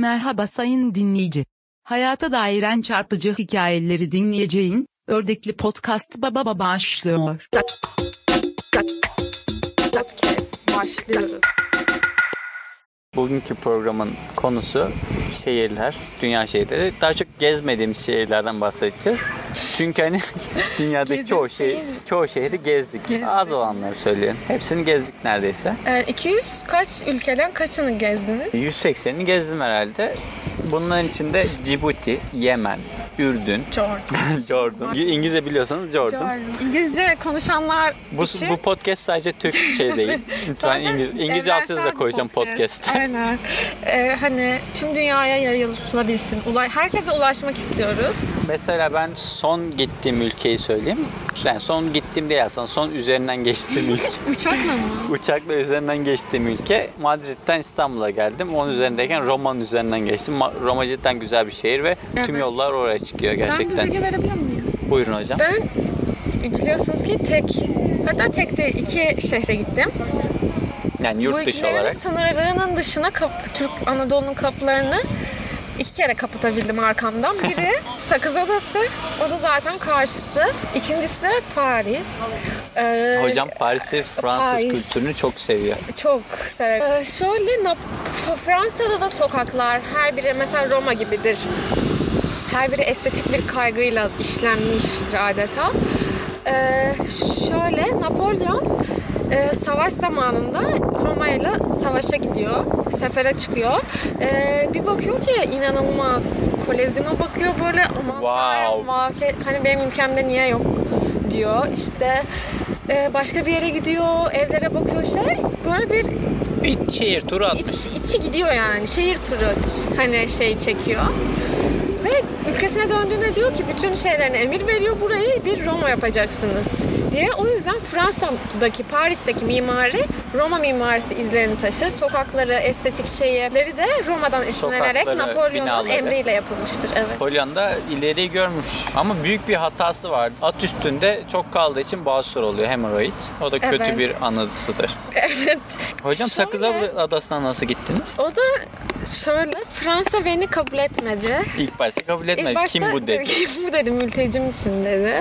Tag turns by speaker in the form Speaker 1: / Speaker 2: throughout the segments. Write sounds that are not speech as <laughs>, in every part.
Speaker 1: Merhaba sayın dinleyici. Hayata dairen çarpıcı hikayeleri dinleyeceğin Ördekli Podcast Baba Baba başlıyor.
Speaker 2: Podcast başlıyoruz.
Speaker 3: Bugünkü programın konusu şehirler, dünya şehirleri. Daha çok gezmediğimiz şehirlerden bahsedeceğiz. Çünkü hani <laughs> dünyadaki çoğu şehir, çoğu şehri şey- gezdik. Az olanları söyleyelim. Hepsini gezdik neredeyse.
Speaker 4: Ee, 200 kaç ülkeden kaçını gezdiniz?
Speaker 3: 180'ini gezdim herhalde. Bunların içinde Cibuti, Yemen, Ürdün, <laughs>
Speaker 4: Jordan.
Speaker 3: Jordan. İngilizce biliyorsanız Jordan. şey-
Speaker 4: İngilizce konuşanlar
Speaker 3: Bu,
Speaker 4: için
Speaker 3: bu podcast sadece <laughs> Türkçe değil. Lütfen
Speaker 4: sadece
Speaker 3: İngiliz, İngilizce
Speaker 4: evrensel
Speaker 3: altyazı da
Speaker 4: bir
Speaker 3: koyacağım podcast'e. <laughs>
Speaker 4: Aynen. Ee, hani tüm dünyaya yayılabilsin. Ula- herkese ulaşmak istiyoruz.
Speaker 3: Mesela ben son gittiğim ülkeyi söyleyeyim. Yani son gittiğim değil aslında son üzerinden geçtiğim
Speaker 4: <laughs>
Speaker 3: ülke.
Speaker 4: Uçakla mı?
Speaker 3: Uçakla üzerinden geçtiğim ülke. Madrid'den İstanbul'a geldim. Onun üzerindeyken Roma'nın üzerinden geçtim. Ma- Roma cidden güzel bir şehir ve tüm
Speaker 4: Evet.
Speaker 3: yollar oraya çıkıyor
Speaker 4: Ben
Speaker 3: gerçekten.
Speaker 4: bir bilgi verebilir miyim?
Speaker 3: Buyurun hocam.
Speaker 4: Ben biliyorsunuz ki tek hatta tek değil iki şehre gittim.
Speaker 3: Yani
Speaker 4: Bu
Speaker 3: yurt dışı
Speaker 4: ülkelerin
Speaker 3: olarak.
Speaker 4: sınırlarının dışına kap- Türk Anadolu'nun kapılarını iki kere kapatabildim arkamdan.
Speaker 3: <laughs>
Speaker 4: Biri Sakız Adası, o da zaten karşısı. İkincisi de Paris. Ee,
Speaker 3: Hocam Paris'i Fransız
Speaker 4: Paris.
Speaker 3: kültürünü çok seviyor.
Speaker 4: Çok severim. Ee, şöyle Nap- F- Fransa'da da sokaklar her biri mesela Roma gibidir. Her biri estetik bir kaygıyla işlenmiştir adeta. Ee, şöyle Napolyon e, savaş zamanında Roma ile savaşa gidiyor. Sefere çıkıyor. Ee, bir bakıyor ki inanılmaz. Kolezyuma bakıyor böyle aman
Speaker 3: Wow.
Speaker 4: tanrım, muhafe- hani benim ülkemde niye yok diyor. İşte e, başka bir yere gidiyor, evlere bakıyor şey. Böyle bir
Speaker 3: Bir şehir turu atmış.
Speaker 4: iç, içi gidiyor yani. Şehir turu ç- hani şey çekiyor. Ve ülkesine döndüğünde diyor ki bütün şeylerine emir veriyor. Burayı bir Roma yapacaksınız diye. O yüzden Fransa'daki, Paris'teki mimari Roma mimarisi izlerini taşır. Sokakları, estetik şeyleri de Roma'dan esinlenerek
Speaker 3: Sokakları,
Speaker 4: Napolyon'un
Speaker 3: binaları.
Speaker 4: emriyle yapılmıştır. Evet. <laughs>
Speaker 3: Hollanda ileriyi görmüş ama büyük bir hatası var. At üstünde çok kaldığı için basur oluyor hemoroid. O da kötü
Speaker 4: Evet.
Speaker 3: bir anısıdır.
Speaker 4: evet.
Speaker 3: Hocam
Speaker 4: Şöyle-
Speaker 3: Sakız Adası'na nasıl gittiniz?
Speaker 4: O da şöyle Fransa beni kabul etmedi.
Speaker 3: İlk başta kabul
Speaker 4: İlk
Speaker 3: etmedi.
Speaker 4: başta
Speaker 3: Kim bu
Speaker 4: <laughs>
Speaker 3: dedi?
Speaker 4: Kim bu dedi mülteci misin dedi.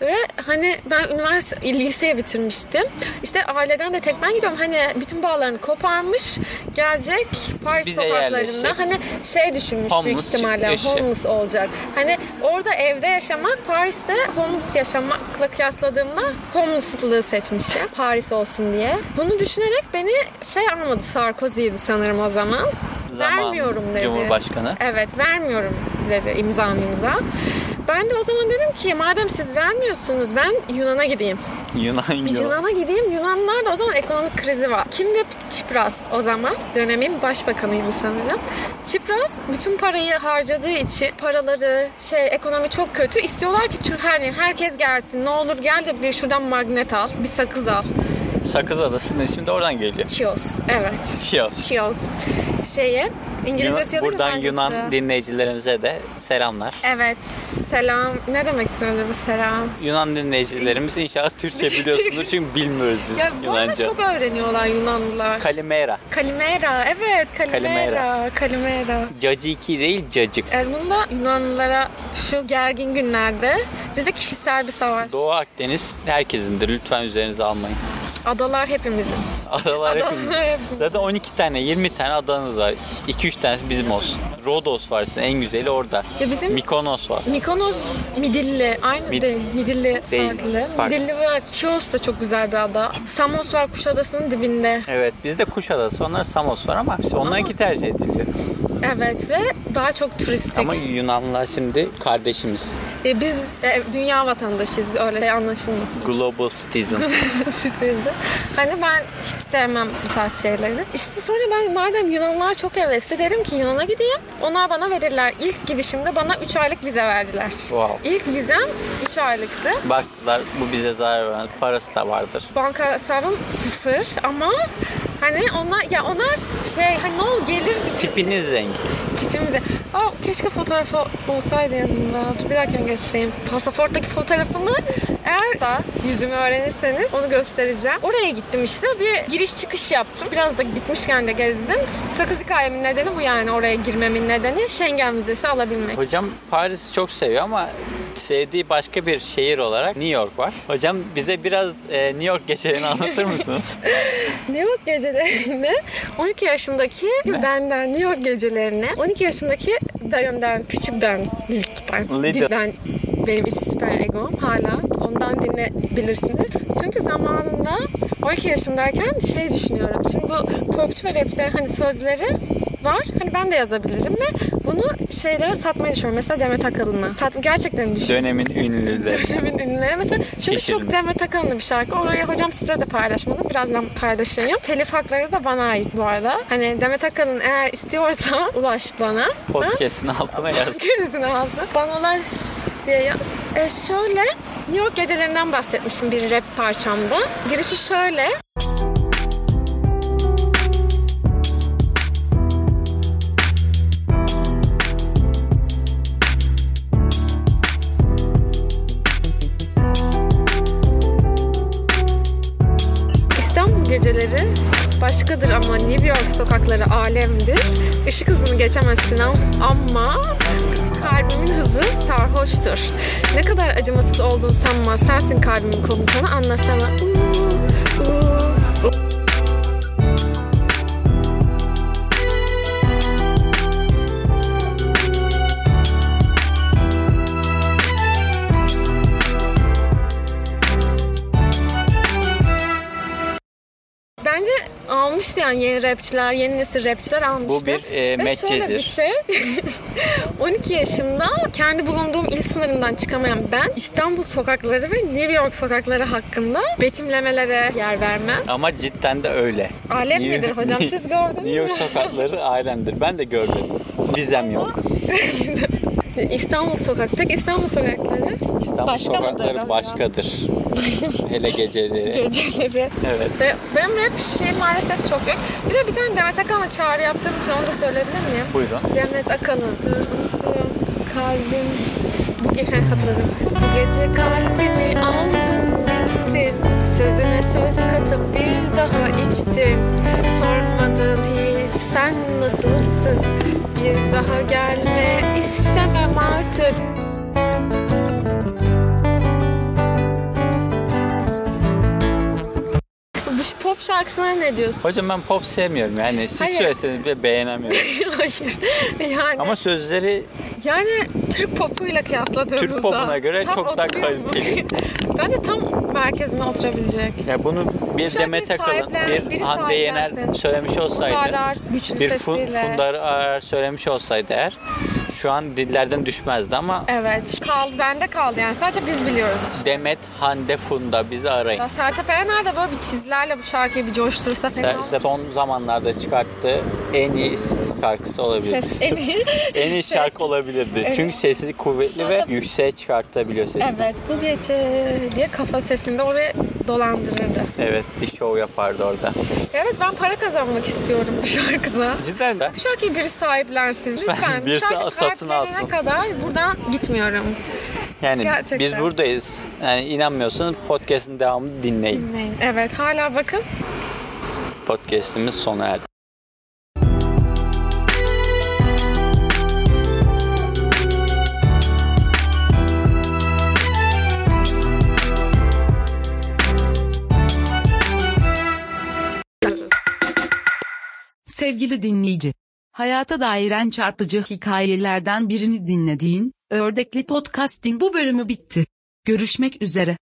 Speaker 4: Ve hani ben üniversite liseye bitirmiştim. İşte aileden de tek ben gidiyorum. Hani bütün bağlarını koparmış. Gelecek Paris
Speaker 3: Bize yerleşecek.
Speaker 4: sokaklarında. Hani şey düşünmüş büyük
Speaker 3: Homeless
Speaker 4: ihtimalle
Speaker 3: yaşayacak.
Speaker 4: homeless olacak. Hani orada evde yaşamak Paris'te homeless yaşamakla kıyasladığımda homeless'lığı seçmişim. Paris olsun diye. Bunu düşünerek beni şey almadı Sarkozy'ydi sanırım o zaman.
Speaker 3: Zaman
Speaker 4: Vermiyorum dedi.
Speaker 3: Cumhurbaşkanı.
Speaker 4: Evet vermiyorum dedi imzam imza. Ben de o zaman dedim ki madem siz vermiyorsunuz ben Yunan'a gideyim.
Speaker 3: Yunan
Speaker 4: Bir
Speaker 3: Yunan.
Speaker 4: Yunan'a gideyim. Yunanlarda o zaman ekonomik krizi var. Kimdi Çipras o zaman? Dönemin başbakanıydı sanırım. Çipras bütün parayı harcadığı için paraları, şey ekonomi çok kötü. İstiyorlar ki Türk hani herkes gelsin. Ne olur gel de bir şuradan magnet al, bir sakız al.
Speaker 3: Sakız Adası'nın ismi de oradan geliyor.
Speaker 4: Chios. Evet.
Speaker 3: Şios.
Speaker 4: Chios. Şeye İngilizcesi ya da
Speaker 3: buradan
Speaker 4: Yunancası.
Speaker 3: Yunan dinleyicilerimize de selamlar.
Speaker 4: Evet. Selam. Ne demektir öyle bir selam?
Speaker 3: Yunan dinleyicilerimiz inşallah
Speaker 4: <laughs>
Speaker 3: Türkçe biliyorsunuz çünkü bilmiyoruz biz
Speaker 4: Ya bu arada
Speaker 3: Yunanca.
Speaker 4: çok öğreniyorlar Yunanlılar.
Speaker 3: Kalimera.
Speaker 4: Kalimera. Evet.
Speaker 3: Kalimera.
Speaker 4: Kalimera. Kalimera.
Speaker 3: Caciki değil cacık.
Speaker 4: Yani bunda Yunanlılara şu gergin günlerde bize kişisel bir savaş.
Speaker 3: Doğu Akdeniz herkesindir. Lütfen üzerinize almayın.
Speaker 4: Adalar hepimizin.
Speaker 3: Adalar
Speaker 4: <laughs>
Speaker 3: hepimizin.
Speaker 4: Adalar
Speaker 3: Zaten 12 tane, 20 tane adanız var. 2-3 tanesi bizim olsun. Rodos var sizin en güzeli orada.
Speaker 4: Ya bizim
Speaker 3: Mikonos var.
Speaker 4: Mikonos Midilli aynı
Speaker 3: Mid-
Speaker 4: değil. Midilli
Speaker 3: Değil,
Speaker 4: farklı.
Speaker 3: farklı.
Speaker 4: Midilli var. Chios da çok güzel bir ada. Samos var Kuşadası'nın dibinde.
Speaker 3: Evet bizde Kuşadası, onlar Samos var ama işte onlar iki tercih ediliyor.
Speaker 4: Evet ve daha çok turistik.
Speaker 3: Ama Yunanlılar şimdi kardeşimiz.
Speaker 4: E, biz e, dünya vatandaşıyız öyle anlaşılmasın.
Speaker 3: Global
Speaker 4: <laughs>
Speaker 3: citizen.
Speaker 4: sürprizi. Hani ben hiç sevmem bu tarz şeyleri. İşte sonra ben madem Yunanlar çok hevesli dedim ki Yunan'a gideyim. Onlar bana verirler. İlk gidişimde bana 3 aylık vize verdiler.
Speaker 3: Wow.
Speaker 4: İlk vizem 3 aylıktı.
Speaker 3: Baktılar bu bize zarar vermez. Parası da vardır.
Speaker 4: Banka hesabım sıfır ama Hani onlar ya onlar şey hani ne ol gelir
Speaker 3: Tipiniz zengin.
Speaker 4: tipimize. Aa keşke fotoğrafı olsaydı yanımda. Dur bir dakika getireyim. Pasaporttaki fotoğrafımı eğer da yüzümü öğrenirseniz onu göstereceğim. Oraya gittim işte bir giriş çıkış yaptım. Biraz da gitmişken de gezdim. Sakız hikayemin nedeni bu yani oraya girmemin nedeni Schengen vizesi alabilmek.
Speaker 3: Hocam Paris'i çok seviyor ama sevdiği başka bir şehir olarak New York var. Hocam bize biraz e, New York gecelerini
Speaker 4: <laughs>
Speaker 3: anlatır mısınız?
Speaker 4: New York gecelerinde <laughs> 12 yaşındaki benden New York gecelerine 12 yaşındaki dayımdan, küçükten, Lid'den,
Speaker 3: Lidl.
Speaker 4: Lid'den benim iç süper egom hala. Ondan dinleyebilirsiniz. Çünkü zamanında 12 yaşındayken şey düşünüyorum. Şimdi bu popçu ve rapçilerin hani sözleri var. Hani ben de yazabilirim ve bunu şeylere satmayı düşünüyorum. Mesela Demet Akalın'a. Sat- Gerçekten düşünüyorum.
Speaker 3: Dönemin ünlüleri.
Speaker 4: Demin dinlere mesela çünkü
Speaker 3: Şaşırdım.
Speaker 4: çok Demet Akalın'lı bir şarkı. Orayı hocam sizle de paylaşmadım. Birazdan paylaşayım. Telif hakları da bana ait bu arada. Hani Demet Akalın eğer istiyorsa <laughs> ulaş bana.
Speaker 3: Podcast'ın altına yaz.
Speaker 4: Gerisini aldı. Bana ulaş diye yaz. E şöyle New York gecelerinden bahsetmişim bir rap parçamda. Girişi şöyle. İstanbul geceleri başkadır ama New York sokakları alemdir. Işık hızını geçemezsin am- ama kalbimin hızı sarhoştur. Ne kadar acımasız olduğunu sanma, sensin kalbimin komutanı anlasana. Uuu, uuu. Bence almıştı yani yeni rapçiler, yeni nesil rapçiler almıştı.
Speaker 3: Bu bir e,
Speaker 4: Ve şöyle bir
Speaker 3: Medcezir.
Speaker 4: şey, <laughs> 12 yaşımda kendi bulunduğum il sınırından çıkamayan ben İstanbul sokakları ve New York sokakları hakkında betimlemelere yer vermem.
Speaker 3: Ama cidden de öyle.
Speaker 4: Alem
Speaker 3: New-
Speaker 4: midir hocam siz gördünüz mü?
Speaker 3: New York sokakları alemdir. Ben de gördüm. Vizem yok.
Speaker 4: İstanbul sokak. Peki İstanbul sokakları
Speaker 3: İstanbul
Speaker 4: Başka mıdır
Speaker 3: sokakları
Speaker 4: acaba?
Speaker 3: başkadır.
Speaker 4: <laughs>
Speaker 3: Hele geceleri.
Speaker 4: geceleri.
Speaker 3: Evet.
Speaker 4: Ve benim rap şey maalesef çok yok. Bir de bir tane Demet Akalın'a çağrı yaptığım için onu da söyleyebilir miyim?
Speaker 3: Buyurun.
Speaker 4: Demet Akalın. Dur unuttum kalbim. Bu gece hatırladım. Bu gece kalbimi aldın bittin. Sözüne söz katıp bir daha içtim. Sormadın hiç sen nasılsın? Bir daha gelme istemem artık. Bu şu pop şarkısına ne diyorsun?
Speaker 3: Hocam ben pop sevmiyorum yani. Siz
Speaker 4: Hayır.
Speaker 3: söyleseniz bile beğenemiyorum.
Speaker 4: <laughs> Hayır. Yani
Speaker 3: Ama sözleri
Speaker 4: Yani Türk popuyla kıyasladığımızda
Speaker 3: Türk popuna göre
Speaker 4: tam
Speaker 3: çok daha
Speaker 4: oturuyor mu?
Speaker 3: kaliteli.
Speaker 4: <laughs> Bence tam merkezine oturabilecek.
Speaker 3: ya bunu bir
Speaker 4: şarkıyı
Speaker 3: Demet Akalın,
Speaker 4: sahiplen-
Speaker 3: bir
Speaker 4: biri
Speaker 3: Hande Yener
Speaker 4: sahiplensin.
Speaker 3: söylemiş olsaydı,
Speaker 4: Fundarar, güçlü
Speaker 3: bir fun,
Speaker 4: sesiyle.
Speaker 3: Fundar Arar söylemiş olsaydı eğer, şu an dillerden düşmezdi ama
Speaker 4: Evet. Kaldı, bende kaldı yani. Sadece biz biliyoruz.
Speaker 3: Demet, Hande, Funda bizi arayın.
Speaker 4: Ya Sertab Erener de böyle bir çizgilerle bu şarkıyı bir coşturursa
Speaker 3: Sen-
Speaker 4: fena
Speaker 3: işte son zamanlarda çıktığı en iyi şarkısı olabilir. <laughs>
Speaker 4: Ses en iyi. <laughs>
Speaker 3: En iyi şarkı olabilirdi. Çünkü sesi kuvvetli ve yükseğe çıkartabiliyor sesini. Evet.
Speaker 4: Evet bu gece diye kafa sesinde oraya dolandırırdı.
Speaker 3: bir şov yapardı orada.
Speaker 4: Evet ben para kazanmak istiyorum bu şarkıda.
Speaker 3: Cidden de.
Speaker 4: Bu şarkıyı biri sahiplensin lütfen.
Speaker 3: birisi
Speaker 4: bu şarkıyı
Speaker 3: satın
Speaker 4: sahiplenene
Speaker 3: alsın.
Speaker 4: kadar buradan gitmiyorum.
Speaker 3: Yani
Speaker 4: Gerçekten.
Speaker 3: biz buradayız. Yani inanmıyorsanız podcast'in devamını dinleyin.
Speaker 4: Bilmeyin. Evet hala bakın
Speaker 3: Podcast'imiz sona erdi.
Speaker 1: Sevgili dinleyici, hayata dairen çarpıcı hikayelerden birini dinlediğin Ördekli Podcast'in bu bölümü bitti. Görüşmek üzere.